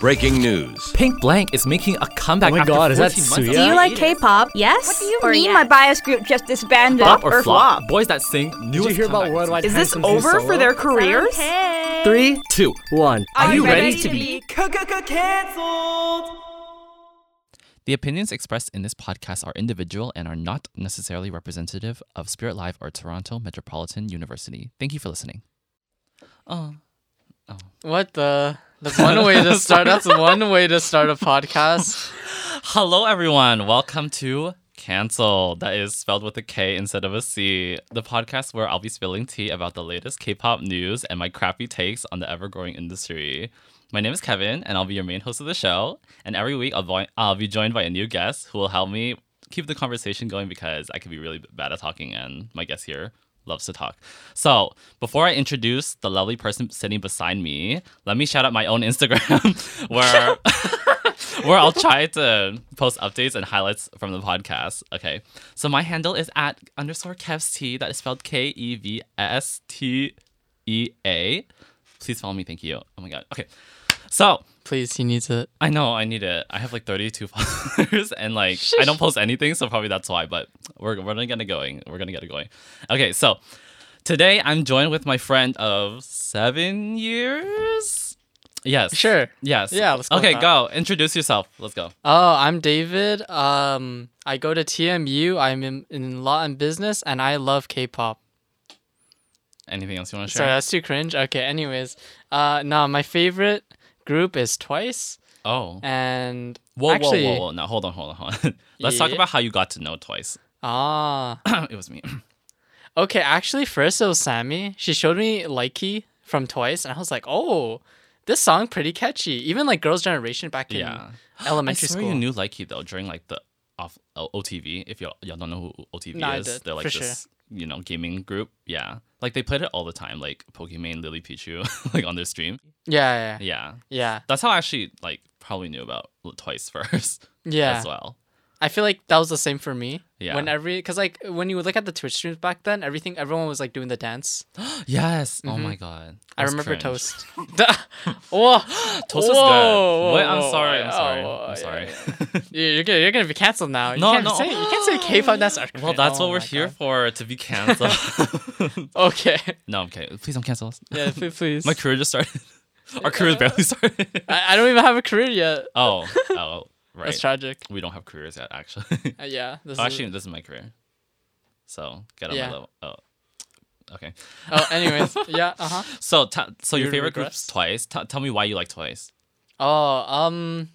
breaking news. Pink Blank is making a comeback. Oh my after God, is that 14 months. Do Suya? Yeah, you like It is. K-pop? Yes. What do you or mean yes? my bias group just disbanded? Pop or flop? Boys that sing newest Did you hear about comeback. worldwide? Is this Handsome new over for solo? their careers? Okay. Three, Two. one. Are you ready to be The opinions expressed in this podcast are individual and are not necessarily representative of Spirit Live or Toronto Metropolitan University. Thank you for listening. Oh, What the? That's one way to start. That's one way to start a podcast. hello everyone. Welcome to Cancel. That is spelled with a K instead of a C. The podcast where I'll be spilling tea about the latest K-pop news and my crappy takes on the ever-growing industry. My name is Kevin, and I'll be your main host of the show. And every week, I'll, voi- I'll be joined by a new guest who will help me keep the conversation going because I can be really bad at talking, and my guest here loves to talk. So, before I introduce the lovely person sitting beside me, let me shout out my own Instagram where where I'll try to post updates and highlights from the podcast. Okay. So my handle is at underscore Kevs T. That is spelled K E V S T E A. Please follow me. Thank you. Oh my god. Okay. So Please, he needs it. I know I need it. I have like 32 followers and like I don't post anything, so probably that's why, but we're, we're gonna get it going. We're gonna get it going. Okay, so today I'm joined with my friend of seven years. Yes. Sure. Yes. Yeah, let's go with Okay, that. go. Introduce yourself. Let's go. Oh, I'm David. Um, I go to TMU. I'm in, in law and business, and I love K-pop. Anything else you want to Sorry, share? that's too cringe. Okay. Anyways, uh, no, my favorite group is Twice, oh. and Whoa, actually, whoa, whoa, whoa. Now, hold on, hold on, hold on. Let's talk Yeah? about how you got to know Twice. ah, it was me. okay. Actually, first it was Sammy. She showed me Likey from Twice, and I was like, oh, this song pretty catchy. Even like Girls' Generation back in Yeah. I elementary swear school. you knew Likey, though, during like the off O- OTV. If y'all, y'all don't know who OTV No, I is, did, they're like for this, you know, gaming group. Yeah. Like they played it all the time, like Pokemon, Lily Pichu, like on their stream. yeah, yeah, Yeah. yeah, That's how I actually like probably knew about Twice first yeah. as well. I feel like that was the same for me. Yeah. When every, cause like when you would look at the Twitch streams back then, everything everyone was like doing the dance. Yes. Oh my God. Mm-hmm. I That's remember cringe. Toast. Da- Whoa. Toast was Whoa, good. Wait, I'm whoa, sorry. whoa, I'm sorry. whoa, yeah, I'm sorry. You- You're gonna you're gonna be canceled now. You No, can't no. Say, you can't say K-pop. That's our Well, cringe. that's Oh what we're my here for to be canceled. God. Okay. no, I'm kidding. Please don't cancel us. Yeah. pl- Please. My career just started. Our career has barely started. I, I don't even have a career yet. oh, oh, right. That's tragic. We don't have careers yet, actually. Uh, yeah. This oh, is- actually, this is my career. So get on Yeah. my level. Oh, okay. Oh, anyways. yeah. Uh huh. So, ta so your You favorite group's regress? Twice. Ta tell me why you like Twice. Oh, um,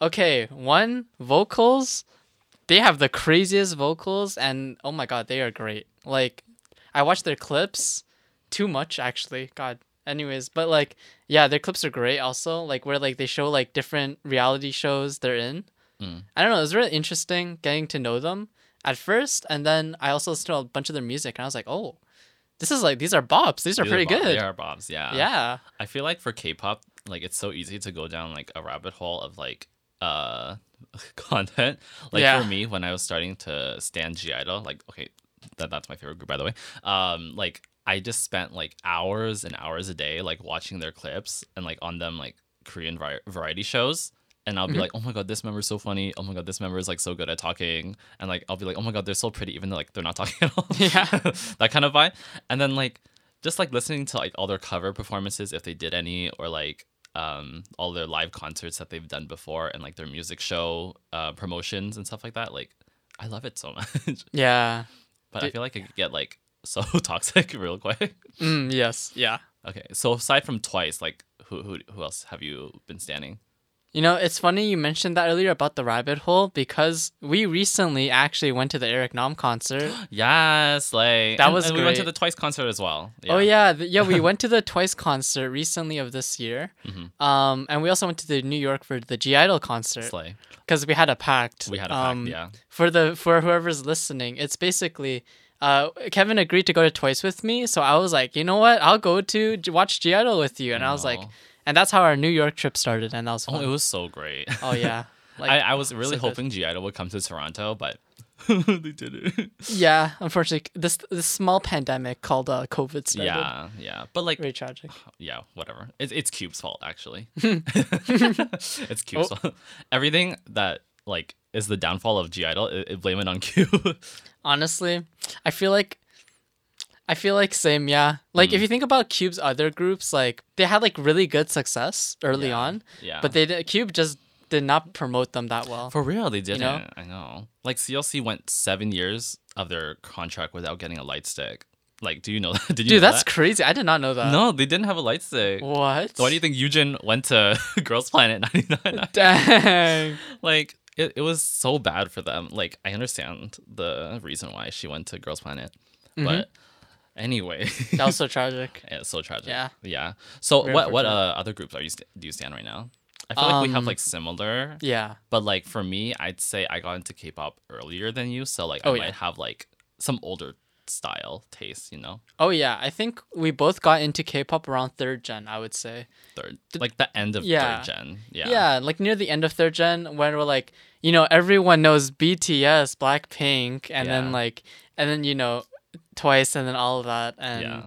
okay. One vocals, they have the craziest vocals, and oh my god, they are great. Like, I watch their clips too much actually. God. Anyways, but like, yeah, their clips are great. Also, like where like they show like different reality shows they're in. I don't know. It was really interesting getting to know them at first, and then I also listened to a bunch of their music, and I was like, oh, this is like these are bops. These are These pretty bob- good. They are bobs. Yeah. yeah. I feel like for K-pop, like it's so easy to go down like a rabbit hole of like uh content. Like Yeah. for me, when I was starting to stand G Idol, like okay, that, that's my favorite group by the way. Um, like I just spent like hours and hours a day like watching their clips and like on them like Korean vari- variety shows. And I'll be like, oh my god, this member is so funny. Oh my god, this member is like so good at talking. And like, I'll be like, oh my god, they're so pretty, even though like they're not talking at all. Yeah. that kind of vibe. And then like, just like listening to like all their cover performances if they did any or like um all their live concerts that they've done before and like their music show uh promotions and stuff like that like i love it so much Yeah. but i Did- feel like i could get like so toxic real quick Mm, yes. Yeah. okay so aside from twice like who who, who else have you been standing You know, it's funny you mentioned that earlier about the rabbit hole because we recently actually went to the Eric Nam concert. yes like That and- was and we went to great. the twice concert as well Oh yeah, th- yeah, we went to the Twice concert recently of this year. Mm-hmm. Um, and we also went to the New York for the G Idol concert Slay. because we had a pact. we had a pact, Um, yeah For the for whoever's listening, it's basically uh, Kevin agreed to go to Twice with me, so I was like, you know what, I'll go to j- watch G Idol with you, and I was like, Aw. and that's how our New York trip started, and that was oh fun. it was so great oh yeah, I, I was really so good. hoping G Idol would come to Toronto, but they did it. Yeah, unfortunately, this this small pandemic called uh, COVID started. Yeah, yeah. But like, very tragic. yeah, whatever. It's it's Cube's fault actually. it's Cube's fault. Everything that like is the downfall of G Idol, i i- blame it on Cube. Honestly, I feel like I feel like same. Yeah, like Mm. if you think about Cube's other groups, like they had like really good success early Yeah, on. yeah. But they di- Cube just did not promote them that well. For real, they didn't. know? I know. Like CLC went seven years of their contract without getting a light stick. Like, do you know that? Did you Dude, know that's that? crazy. I did not know that. no, they didn't have a light stick. What? Why do you think Eugen went to Girls Planet 99? Dang. like it, it was so bad for them like i understand the reason why she went to girls planet but anyway That was so tragic. it's so tragic Yeah. yeah so Very what what uh, unfortunate. other groups are you st- do you stand right now i feel like we have Um, like similar Yeah. but like for me i'd say i got into k-pop earlier than you so like Oh, i yeah. might have like some older style taste you know Oh yeah, I think we both got into K-pop around third gen. I would say. third like the end of yeah. third gen yeah Yeah. like near the end of third gen, when we're like, you know, everyone knows BTS, Blackpink, and Yeah. then like, and then you know, Twice, and then all of that, and yeah yeah.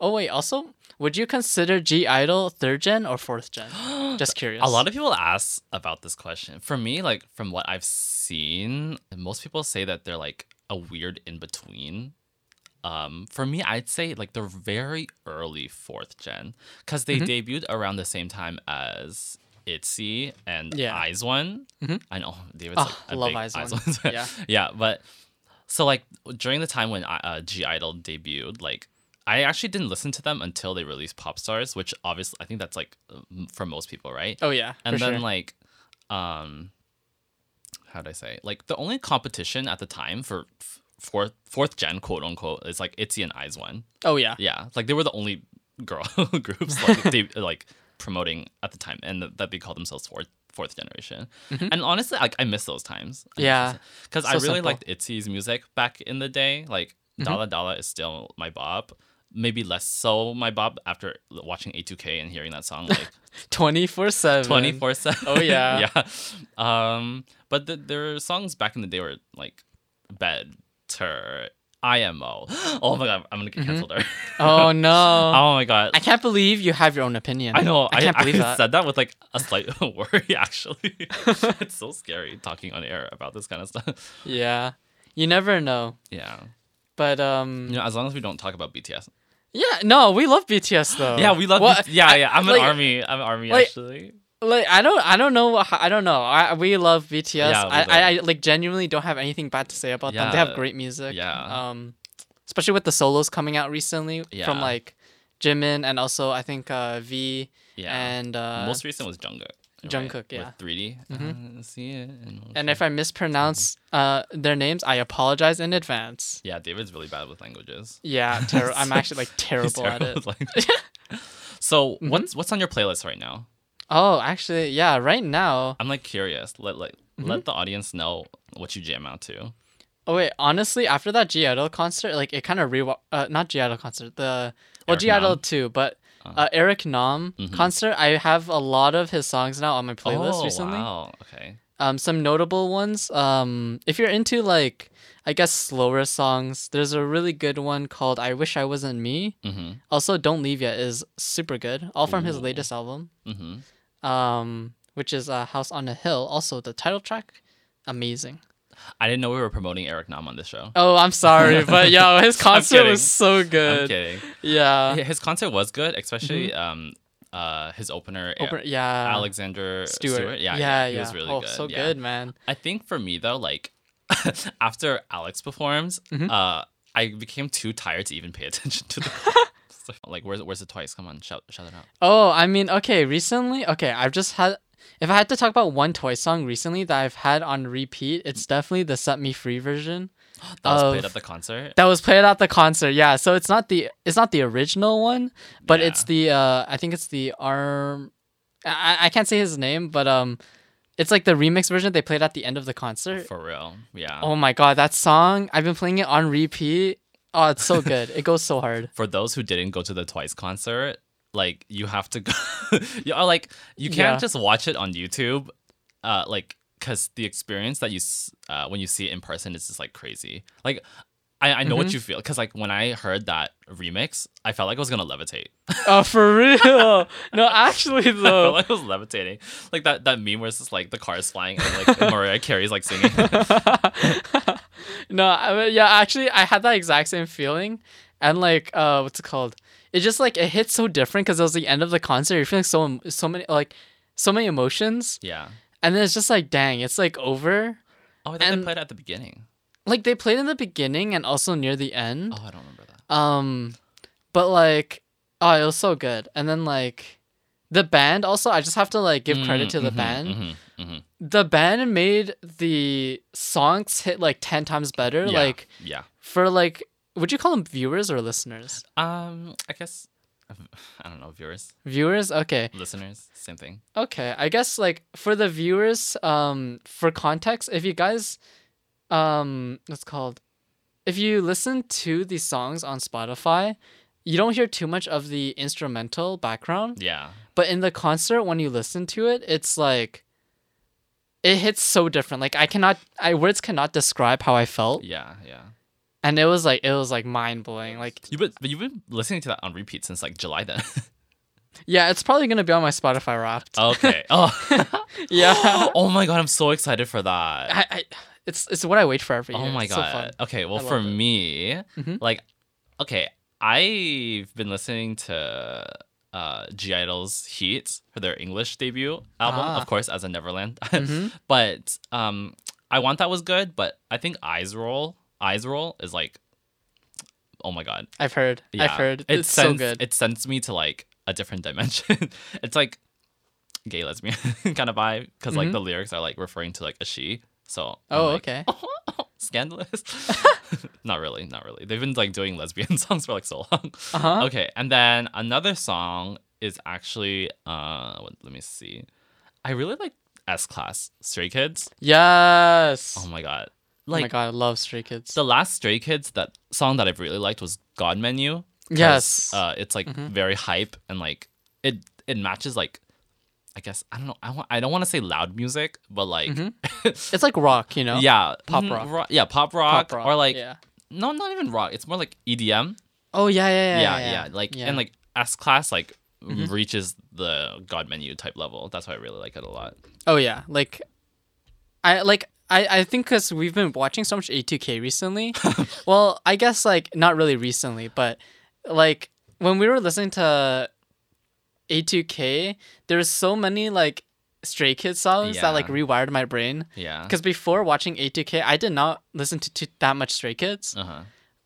Oh wait, also, would you consider G Idol third gen or fourth gen? Just curious. A lot of people ask about this question. For me, like from what I've seen, most people say that they're like a weird in between. Um, for me, I'd say like they're very early fourth gen because they Mm-hmm. debuted around the same time as ITZY and Yeah. Eyes One. Mhm. I know David's Oh, like, a love big IZ*ONE. fan. Yeah. yeah, but so like during the time when I- uh, G Idol debuted, like I actually didn't listen to them until they released Pop Stars, which obviously I think that's like m- for most people, right? Oh yeah. and for then sure. like, um, how do I say? Like the only competition at the time for f- fourth fourth gen quote unquote is like ITZY and Eyes One. oh yeah. Yeah, like they were the only girl groups like they like promoting at the time, and that they called themselves fourth fourth generation. And honestly, like I miss those times. Mm-hmm. Yeah, because I so really simple. liked Mm-hmm. ITZY's music back in the day. Like Dala Dala is still my bop. Maybe less so my bop after watching A2K and hearing that song like Twenty four seven. 24 7. Oh, yeah. yeah. Um, but the, their songs back in the day were like better. IMO. Oh my god, I'm gonna get canceled. there. Mm-hmm. Oh no. Oh my god. I can't believe you have your own opinion. I know. I can't believe I that. said that with like a slight worry, actually. it's so scary talking on air about this kind of stuff. Yeah. You never know. Yeah. But um You know, as long as we don't talk about BTS. yeah, no, we love BTS though. Yeah, we love. What- B- yeah, Oh. I- yeah. I'm like- an army. I'm an army like- actually. Like I don't I don't know how- I don't know. I we love BTS. Yeah, we I, love- I I like genuinely don't have anything bad to say about them. They Yeah. have great music. Yeah. Um especially with the solos coming out recently Yeah. from like Jimin and also I think uh V Yeah. and uh Most recent was Jungkook. right? Jungkook, yeah. With Mm-hmm. 3D. Uh, see it. And, and if I mispronounce uh their names, I apologize in advance. yeah, David's really bad with languages. Yeah, ter- I'm actually like He's terrible at terrible it. Mm-hmm. with languages. so what's what's on your playlist right now? Oh, actually, yeah, right now I'm like curious. Let like Mm-hmm. let the audience know what you jam out to. Oh wait, honestly, after that G Idol concert, like it kind of re uh, not G Idol concert, the Eric well G Idol Nam? Oh. Mm-hmm. too, but uh, Eric Nam concert. I have a lot of his songs now on my playlist oh recently. wow. Okay. Um, some notable ones. Um, if you're into like I guess slower songs, there's a really good one called "I Wish I Wasn't Me." Mm-hmm. Also, "Don't Leave Yet" is super good, all from his latest album, Mm-hmm. um, which is uh, "House on a Hill." Also, the title track, amazing. I didn't know we were promoting Eric Nam on this show. Oh, I'm sorry, but yo, his concert kidding. was so good. I'm kidding. Yeah. Yeah, his concert was good, especially um, uh, his opener, A- Open- yeah. Alexander Stewart. Stewart. Yeah, yeah, he yeah. was really oh, good. so yeah. good, man. I think for me though, like after Alex performs, Mm-hmm. uh, I became too tired to even pay attention to the. So, like where's where's it twice? Come on, shout shout it out. Oh, I mean, okay, recently, okay, I've just had. If I had to talk about one toy song recently that I've had on repeat, it's definitely the Set Me Free version That was Of- played at the concert. that was played at the concert. Yeah, so it's not the it's not the original one, but it's Yeah. the uh I think it's the arm I I- I can't say his name, but um it's like the remix version they played at the end of the concert. for real, yeah. Oh my god, that song! I've been playing it on repeat. Oh, it's so good. it goes so hard. for those who didn't go to the Twice concert, like you have to go. you are like you can't Yeah. just watch it on YouTube. Uh, like because the experience that you s- uh, when you see it in person is just like crazy. Like I, I know what you feel because like when I heard that remix, I felt like I was gonna levitate. Oh, for real? No, actually I felt though. like I was levitating. Like that that meme where it's just like the car is flying and like Mariah Carey's like singing. no, I mean, yeah, actually, I had that exact same feeling, and like, uh, what's it called? It just like it hit so different because it was the end of the concert. You're feeling so em- so many like so many emotions, yeah. and then it's just like, dang, it's like over. Oh, I thought they And- played at the beginning. Like they played in the beginning and also near the end. Oh, I don't remember that. Um, but like, oh, it was so good. And then like, the band also, I just have to like give credit to the Mhm, band. mhm, mhm. The band made the songs hit like ten times better. Yeah, Like yeah. for like, would you call them viewers or listeners? Um, I guess I don't know viewers, Viewers, okay, listeners, same thing. okay. I guess like for the viewers, um, for context, if you guys, um, what's it called, if you listen to the songs on Spotify. You don't hear too much of the instrumental background. Yeah, But in the concert, when you listen to it, it's like it hits so different. Like I cannot, I words cannot describe how I felt, yeah, yeah. and it was like it was like mind blowing. Like You but, but you've been listening to that on repeat since like July then. yeah, it's probably gonna be on my Spotify Wrapped. okay. Oh. yeah, oh my god, I'm so excited for that. I, I, it's it's what I wait for every year. Oh my It's so fun. god. okay, well I for love it. me, Mhm. like okay, I've been listening to uh G Idol's Heat for their English debut album, Ah. of course, as a Neverland. Mhm. but um I want that was good, but I think Eyes Roll, Eyes Roll is like oh my god. I've heard. I've heard. It it's sends, so good. It sends me to like a different dimension. it's like gay lesbian kind of vibe because like the lyrics are like referring to like a she. So I'm Mm-hmm. oh like, okay. scandalous. not really, not really. They've been like doing lesbian songs for like so long. Uh huh. Okay, and then another song is actually uh, what, let me see. I really like S Class Stray Kids. Yes. Oh Oh my god, my, like god, I love Stray Kids. the last Stray Kids that song that I've really liked was God Menu. 'cause, Yes. Mm-hmm. uh, it's like very hype and like it it matches like. I guess I don't know. I want. I don't want to say loud music, but like, it's like rock, you know. yeah, Mm-hmm. Pop mhm, rock. ro- yeah, pop rock, Pop rock. or like, yeah. no, not even rock. It's more like EDM. Oh yeah, yeah, Yeah, yeah, Mm-hmm. yeah. Like and like S class like reaches the God menu type level. That's why I really like it a lot. Oh yeah, like I like I I think because we've been watching so much A2K recently. well, I guess like not really recently, but like when we were listening to A2K, there was so many like Stray Kids songs that like Yeah. rewired my brain. Yeah. Because before watching A2K, I did not listen to, to that much Stray Kids, Uh huh.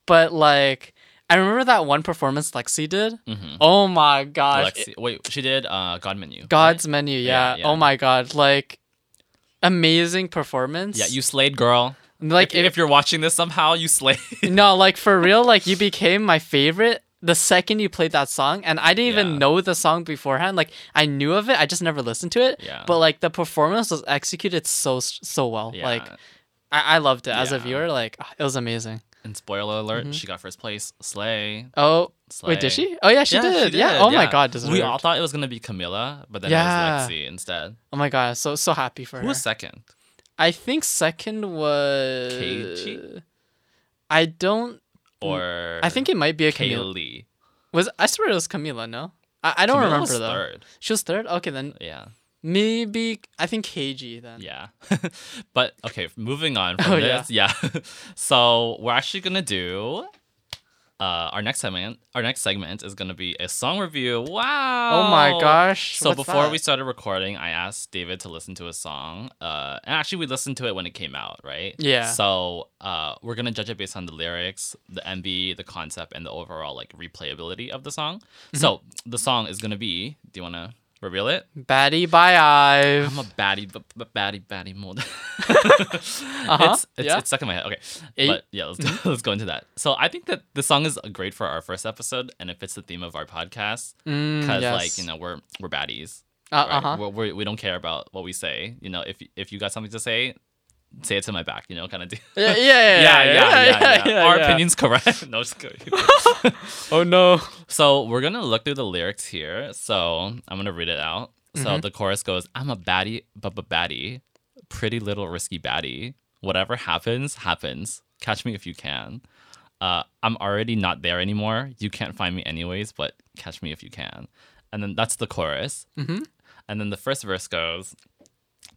but like I remember that one performance Lexi did. Mhm. Oh my gosh, Alexi- wait, she did uh God menu. God's menu, Yeah, yeah. yeah. Oh my god, like amazing performance. Yeah, you slayed, girl. like if, if you're watching this somehow, you slayed. no, like for real, like you became my favorite the second you played that song, and I didn't Yeah. even know the song beforehand. Like I knew of it, I just never listened to it. Yeah. But like the performance was executed so so well. Yeah. Like I, I loved it as a Yeah. viewer. Like ah, it was amazing. and spoiler alert, Mm-hmm. she got first place. Slay. Oh wait, Slay. did she? Oh yeah, she, Yeah, did. Yeah. Oh my yeah. god, deserved. We all thought it was gonna be Camilla, but then Yeah. it was Lexi instead. oh my god, so so happy for Who her. was second? I think second was Keiji? I don't Or Uh, I think it might be a Camila. Kaylee. Was I swear it was Camila? No, I, I don't Camilla remember was though. Third. She was third. Okay, then Yeah. maybe I think KG then. Yeah. but okay, moving on from Oh, this. Yeah. so we're actually gonna do uh our next segment our next segment is gonna be a song review. Wow. Oh my gosh. So what's before that? we started recording, I asked David to listen to a song. Uh and actually we listened to it when it came out, right? Yeah. So uh we're gonna judge it based on the lyrics, the MV, the concept, and the overall like replayability of the song. Mm-hmm. So the song is gonna be do you wanna reveal it? Batty by Ive. I'm a baddie, b- b- baddie, baddie mode. It's, it's, Uh-huh. yeah. Mm-hmm. it's stuck in my head. Okay. Eight. But yeah, let's, go, let's go into that. So I think that the song is great for our first episode and it fits the theme of our podcast Mm, because, yes. like, you know, we're we're baddies. Uh, Right? huh We're, we're, we don't care about what we say. You know, if if you got something to say, say it to my back, you know, kind of do. Yeah, yeah, yeah, Our yeah. opinion's correct. no, just kidding. Oh no. So we're gonna look through the lyrics Mm-hmm. here. So I'm gonna read it out. So the chorus goes, "I'm a baddie, but but baddie, pretty little risky baddie. Whatever happens, happens. Catch me if you can. Uh, I'm already not there anymore. You can't find me anyways, but catch me if you can. And then that's the chorus. Mhm. And then the first verse goes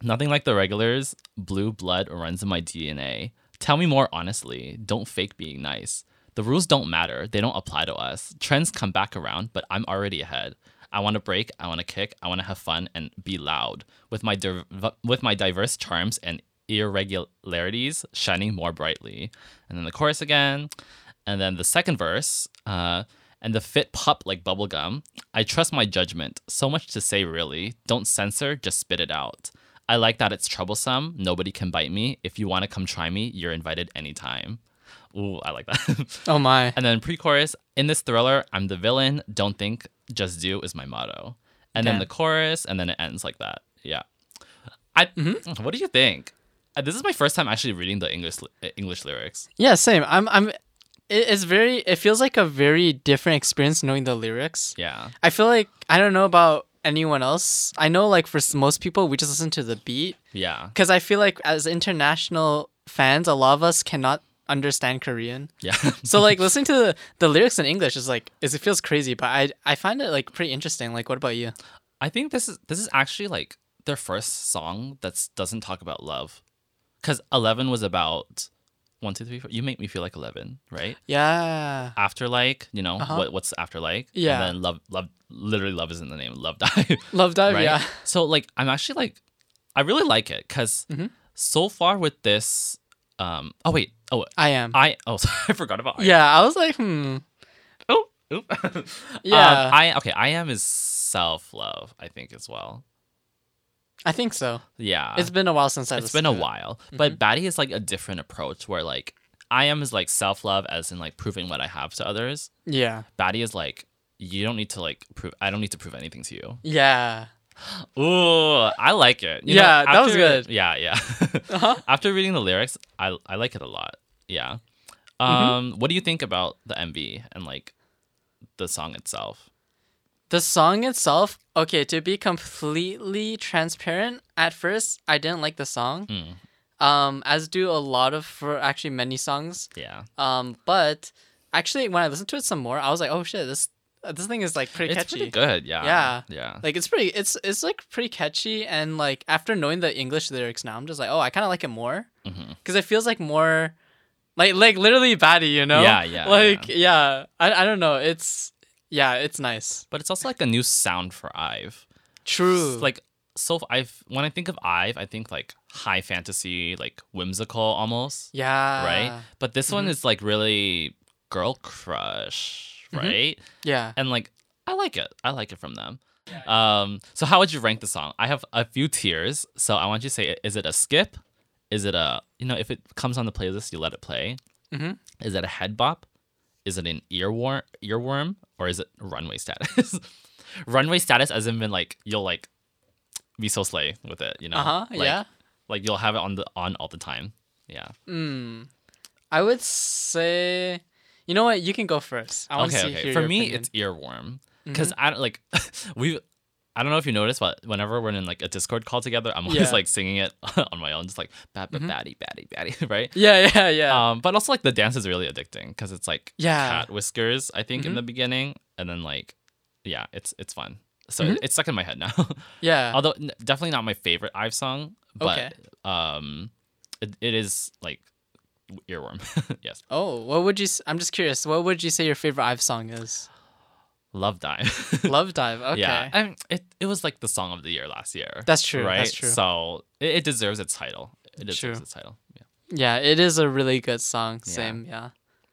Nothing like the regulars. Blue blood runs in my DNA. Tell me more honestly. Don't fake being nice. The rules don't matter. They don't apply to us. Trends come back around, but I'm already ahead. I want to break. I want to kick. I want to have fun and be loud with my div- with my diverse charms and irregularities shining more brightly. And then the chorus again, and then the second verse. Uh, and the fit pop like bubblegum. I trust my judgment. So much to say, really. Don't censor, just spit it out. I like that it's troublesome. Nobody can bite me. If you want to come try me, you're invited anytime. Ooh, I like that. Oh my. and then pre chorus In this thriller, I'm the villain. Don't think, just do is my motto. And then Damn. the chorus, and then it ends like that. Yeah. I, What do you think? Uh, This is my first time actually reading the English uh, English lyrics. Yeah, same. I'm I'm it- it's very it feels like a very different experience knowing the lyrics. Yeah. I feel like I don't know about anyone else. I know like for s- most people we just listen to the beat Yeah. cuz I feel like as international fans a lot of us cannot understand Korean. Yeah. So like listening to the, the lyrics in English is like is it feels crazy, but I I find it like pretty interesting. Like what about you? I think this is this is actually like their first song that doesn't talk about love, because Eleven was about one, two, three, four. You make me feel like Eleven, right? Yeah. After like, you know Uh-huh. what what's after like? And Yeah. then love, love, literally love is in the name. Love die. Love Dive, right? Oh, yeah. So like, I'm actually like, I really like it because Mm-hmm. so far with this, um. Oh wait. Oh, I am. I oh sorry, I forgot about I Am. yeah, I was like, hmm. Oh, oop. Um, Yeah. I okay. I am is self love. I think as well. I think so. Yeah. It's been a while since I Uh, it's been listened a to it. while but batty is like a different approach where like i am is like self-love as in like proving what i have to others Yeah. batty is like you don't need to like prove i don't need to prove anything to you Yeah. ooh i like it You know, Yeah, that was good. yeah yeah Uh-huh. after reading the lyrics i i like it a lot yeah um what do you think about the mv and like the song itself The song itself, okay, to be completely transparent, at first I didn't like the song. Mm. Um, as do a lot of for actually many songs. yeah Um, but actually when I listened to it some more, I was like, oh shit, this uh, this thing is like pretty it's catchy. pretty good yeah Yeah. yeah Like it's pretty it's it's like pretty catchy and like after knowing the English lyrics now, I'm just like, oh, I kinda like it more. Mhm. Cause it feels like more like like literally baddie, you know? Yeah, yeah, Like yeah. I I don't know. It's yeah, it's nice. but it's also like a new sound for ive True. like so I've when I think of Ive, I think like high fantasy, like whimsical almost, Yeah. right? But this one is like really girl crush, right? Yeah. And like I like it. I like it from them. Um so how would you rank the song? I have a few tiers, so I want you to say is it a skip? Is it a you know, if it comes on the playlist, you let it play. Mhm. Is it a head bop? Is it an earworm earworm or is it runway status? runway status as in been like you'll like be so slay with it, you know? Uh huh. Uh-huh. Like- yeah. Like you'll have it on the on all the time. Yeah. Mm. I would say, you know what? You can go first. I want to okay, see okay. hear For your me, opinion. Mm-hmm. it's earworm because I don't like we. I don't know if you noticed, but whenever we're in like a Discord call together, I'm always Yeah. like singing it on my own, just like bat bat batty batty batty, right? yeah, yeah, yeah. Um, but also like the dance is really addicting because it's like Yeah. Mm-hmm. cat whiskers, I think, in the beginning, and then like, yeah, it's it's fun. So it- it's stuck in my head now. Mm-hmm. yeah. Although n- definitely not my favorite I've song, but Okay. um, it, it is like earworm. yes, oh, what would you? s- I'm just curious. What would you say your favorite Ive song is? love dive. Love Dive. Okay. Yeah, and it, it was like the song of the year last year. That's true, Right. that's true. So it, it deserves its title. It deserves True. its title. Yeah. Yeah, it is a really good song. Same. Yeah.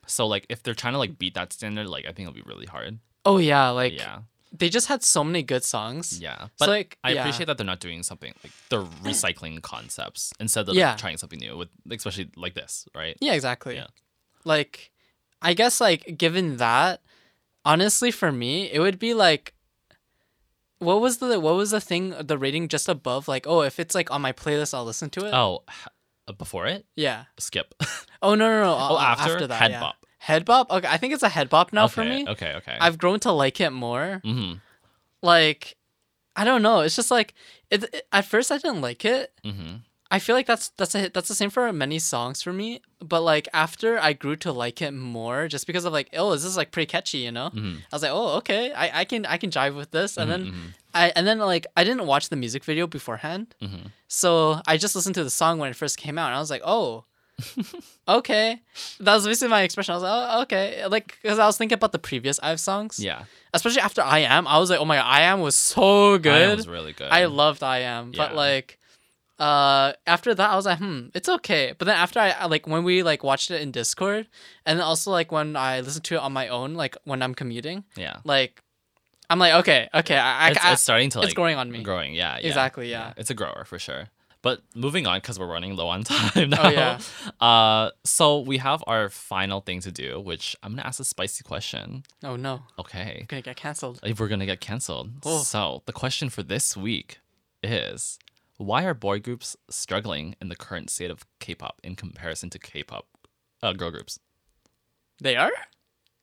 So like, if they're trying to like beat that standard, like I think it'll be really hard. Oh yeah, like yeah. they just had so many good songs. Yeah. So But like I yeah. appreciate that they're not doing something like they're recycling concepts instead of Yeah. like, trying something new with especially like this, right? Yeah, exactly. Yeah. Like, I guess like given that, honestly, for me, it would be like, what was the what was the thing the rating just above? Like, oh, if it's like on my playlist, I'll listen to it. Oh, h- before it, Yeah. skip. Oh no no no. Oh, uh, after? after that. Head yeah. bop. Head bop. Okay, I think it's a head bop now okay, for me. Okay. Okay. I've grown to like it more. hmm Like, I don't know. It's just like it, it- At first, I didn't like it. hmm I feel like that's that's a, that's the same for many songs for me. But like after I grew to like it more, just because of like, oh, this is like pretty catchy, you know. Mm-hmm. I was like, oh, okay, I, I can I can jive with this, and then I and then like I didn't watch the music video beforehand, Mm-hmm. so I just listened to the song when it first came out, and I was like, oh. okay, that was basically my expression. I was like, oh, okay, like because I was thinking about the previous I've songs, Yeah. Especially after I am, I was like, oh my god, I am was so good. I am was really good. I loved I am, but Yeah. like uh after that I was like, hmm, it's okay. But then after I I- like when we like watched it in Discord and then also like when I listened to it on my own, like when I'm commuting, Yeah. like I'm like, okay, okay, I, I, it's, I- it's starting to it's like growing on me. Growing, yeah, yeah. Exactly, yeah. It's a grower for sure. But moving on because we're running low on time now. Oh, yeah. Uh, so we have our final thing to do, which I'm gonna ask a spicy question. oh no, I'm Okay, gonna get cancelled. if we're gonna get canceled. Oh. So the question for this week is, why are boy groups struggling in the current state of K-pop in comparison to K-pop uh, girl groups? They are?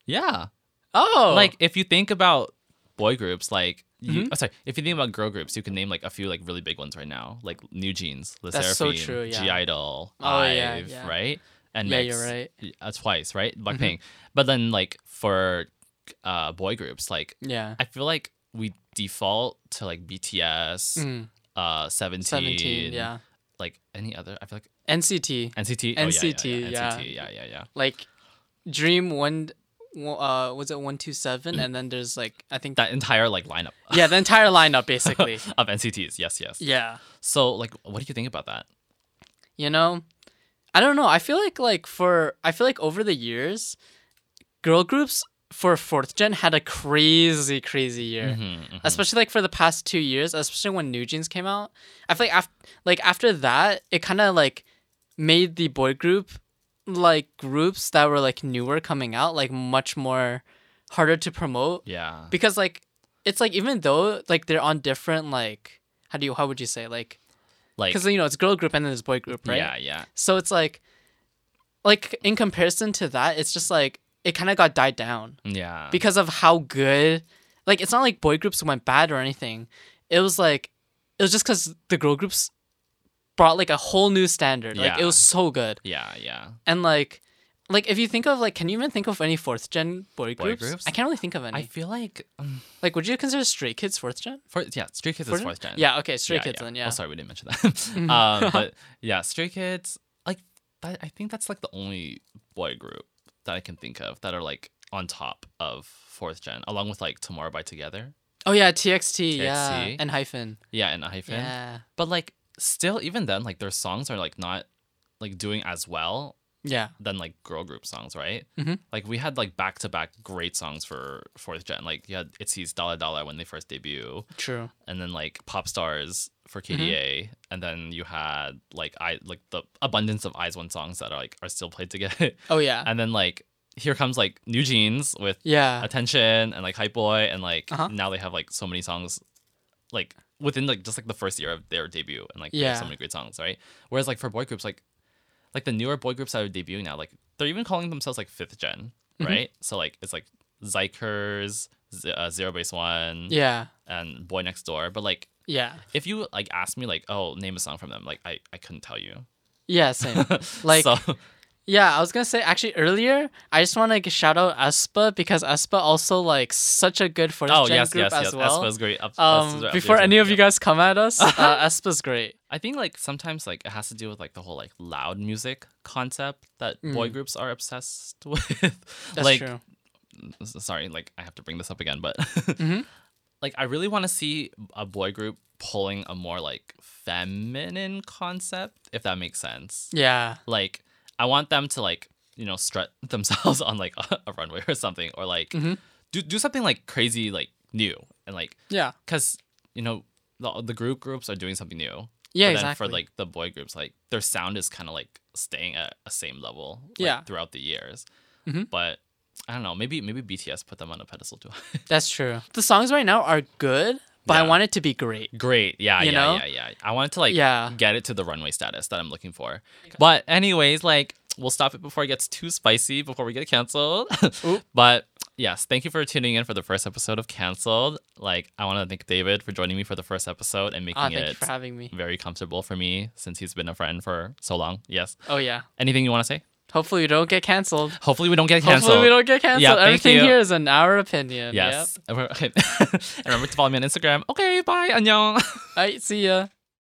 Yeah. Oh Mm-hmm. like if you think about boy groups like you, oh, sorry if you think about girl groups you can name like a few like really big ones right now like new jeans Le That's so Sserafim, true, yeah. g idol Oh, yeah, IVE, yeah. right and Yeah, next, you're right. Mm-hmm. uh, twice right blackpink but then like for uh boy groups like Yeah. i feel like we default to like bts Mm, uh 17, Seventeen, yeah. like any other i feel like NCT. nct oh, NCT, yeah, yeah, yeah. nct yeah yeah yeah Like Dream one one- uh was it one two seven and then there's like I think Mm. that entire like lineup Yeah, the entire lineup basically. of ncts yes yes yeah. So, like, what do you think about that? you know i don't know i feel like like for i feel like over the years girl groups for fourth gen had a crazy crazy year Mm-hmm. Hmm, especially like for the past two years especially when new jeans came out i feel like after like after that it kind of like made the boy group like groups that were like newer coming out like much more harder to promote Yeah. because like it's like even though like they're on different like how do you how would you say like Like, because you know it's girl group and then there's boy group right yeah, yeah. so it's like, like in comparison to that, it's just like it kind of got died down Yeah. because of how good. Like it's not like boy groups went bad or anything. It was like it was just because the girl groups brought like a whole new standard. Like Yeah. it was so good yeah, yeah. and like. Like if you think of like, can you even think of any fourth gen boy groups? groups? I can't really think of any. I feel like, um, like, would you consider Stray Kids fourth gen? for, yeah, Stray Kids is Fourth fourth gen. Yeah, okay, Stray Kids then. Yeah, Mm-hmm. Oh, sorry, we didn't mention that. um, but yeah, Stray Kids, like, that, I think that's like the only boy group that I can think of that are like on top of fourth gen, along with like Tomorrow by Together. oh yeah, TXT, yeah, TXT. and hyphen. Yeah, and a hyphen. Yeah, But like, still, even then, like, their songs are like not like doing as well yeah, than like girl group songs, right? Mhm. Like we had like back to back great songs for fourth gen. Like you had Itzy's Dollar Dollar when they first debut, true. and then like Pop Stars for KDA, and then you had like I like the abundance of Eyes One songs that are like are still played together, Oh yeah, and then like here comes like New Jeans with yeah. Attention and like Hype Boy, and like Uh-huh. now they have like so many songs, like within like just like the first year of their debut, and like they have so Yeah. many great songs, right? Whereas like for boy groups, like like the newer boy groups that are debuting now, like they're even calling themselves like fifth gen, Mm-hmm. right? So like it's like Zykers, Z- uh, Zero Base One, Yeah. and Boy Next Door, but like. Yeah. If you like ask me like oh name a song from them like I, I couldn't tell you Yeah, same. Like so yeah, I was gonna say actually earlier, I just wanna g- shout out Aspa because Aspa also like such a good fourth oh gen yes group yes as yes well. Espa's great Up- um Espa's up before there, too. any of you Yeah. guys come at us, uh Aspa's great. I think like sometimes like it has to do with like the whole like loud music concept that boy groups are obsessed with. Mm. That's like true. s- sorry, like I have to bring this up again, but Mm-hmm. like I really want to see a boy group pulling a more like feminine concept if that makes sense. Yeah. Like I want them to like, you know, strut themselves on like a, runway or something or like Mm-hmm. do do something like crazy like new and like Yeah. because you know the, the group groups are doing something new but Yeah, then exactly. for like the boy groups like their sound is kind of like staying at a same level like, Yeah. Mm-hmm. throughout the years but i don't know maybe maybe bts put them on a pedestal too That's true. The songs right now are good, but I Yeah. want it to be great. great yeah You yeah know? yeah yeah i wanted to like Yeah. get it to the runway status that i'm looking for but anyways like we'll stop it before it gets too spicy before we get canceled but yes, thank you for tuning in for the first episode of Cancelled. Like, I want to thank David for joining me for the first episode and making Ah, thank you it for having me. very comfortable for me since he's been a friend for so long. Yes. Oh yeah. Anything you want to say? Hopefully we don't get canceled. Hopefully we don't get canceled. Hopefully we don't get canceled. Yeah, thank Everything you. here is in our opinion. Yes. And remember to follow me on Instagram. Okay, bye. 안녕. Yep. All right. See ya.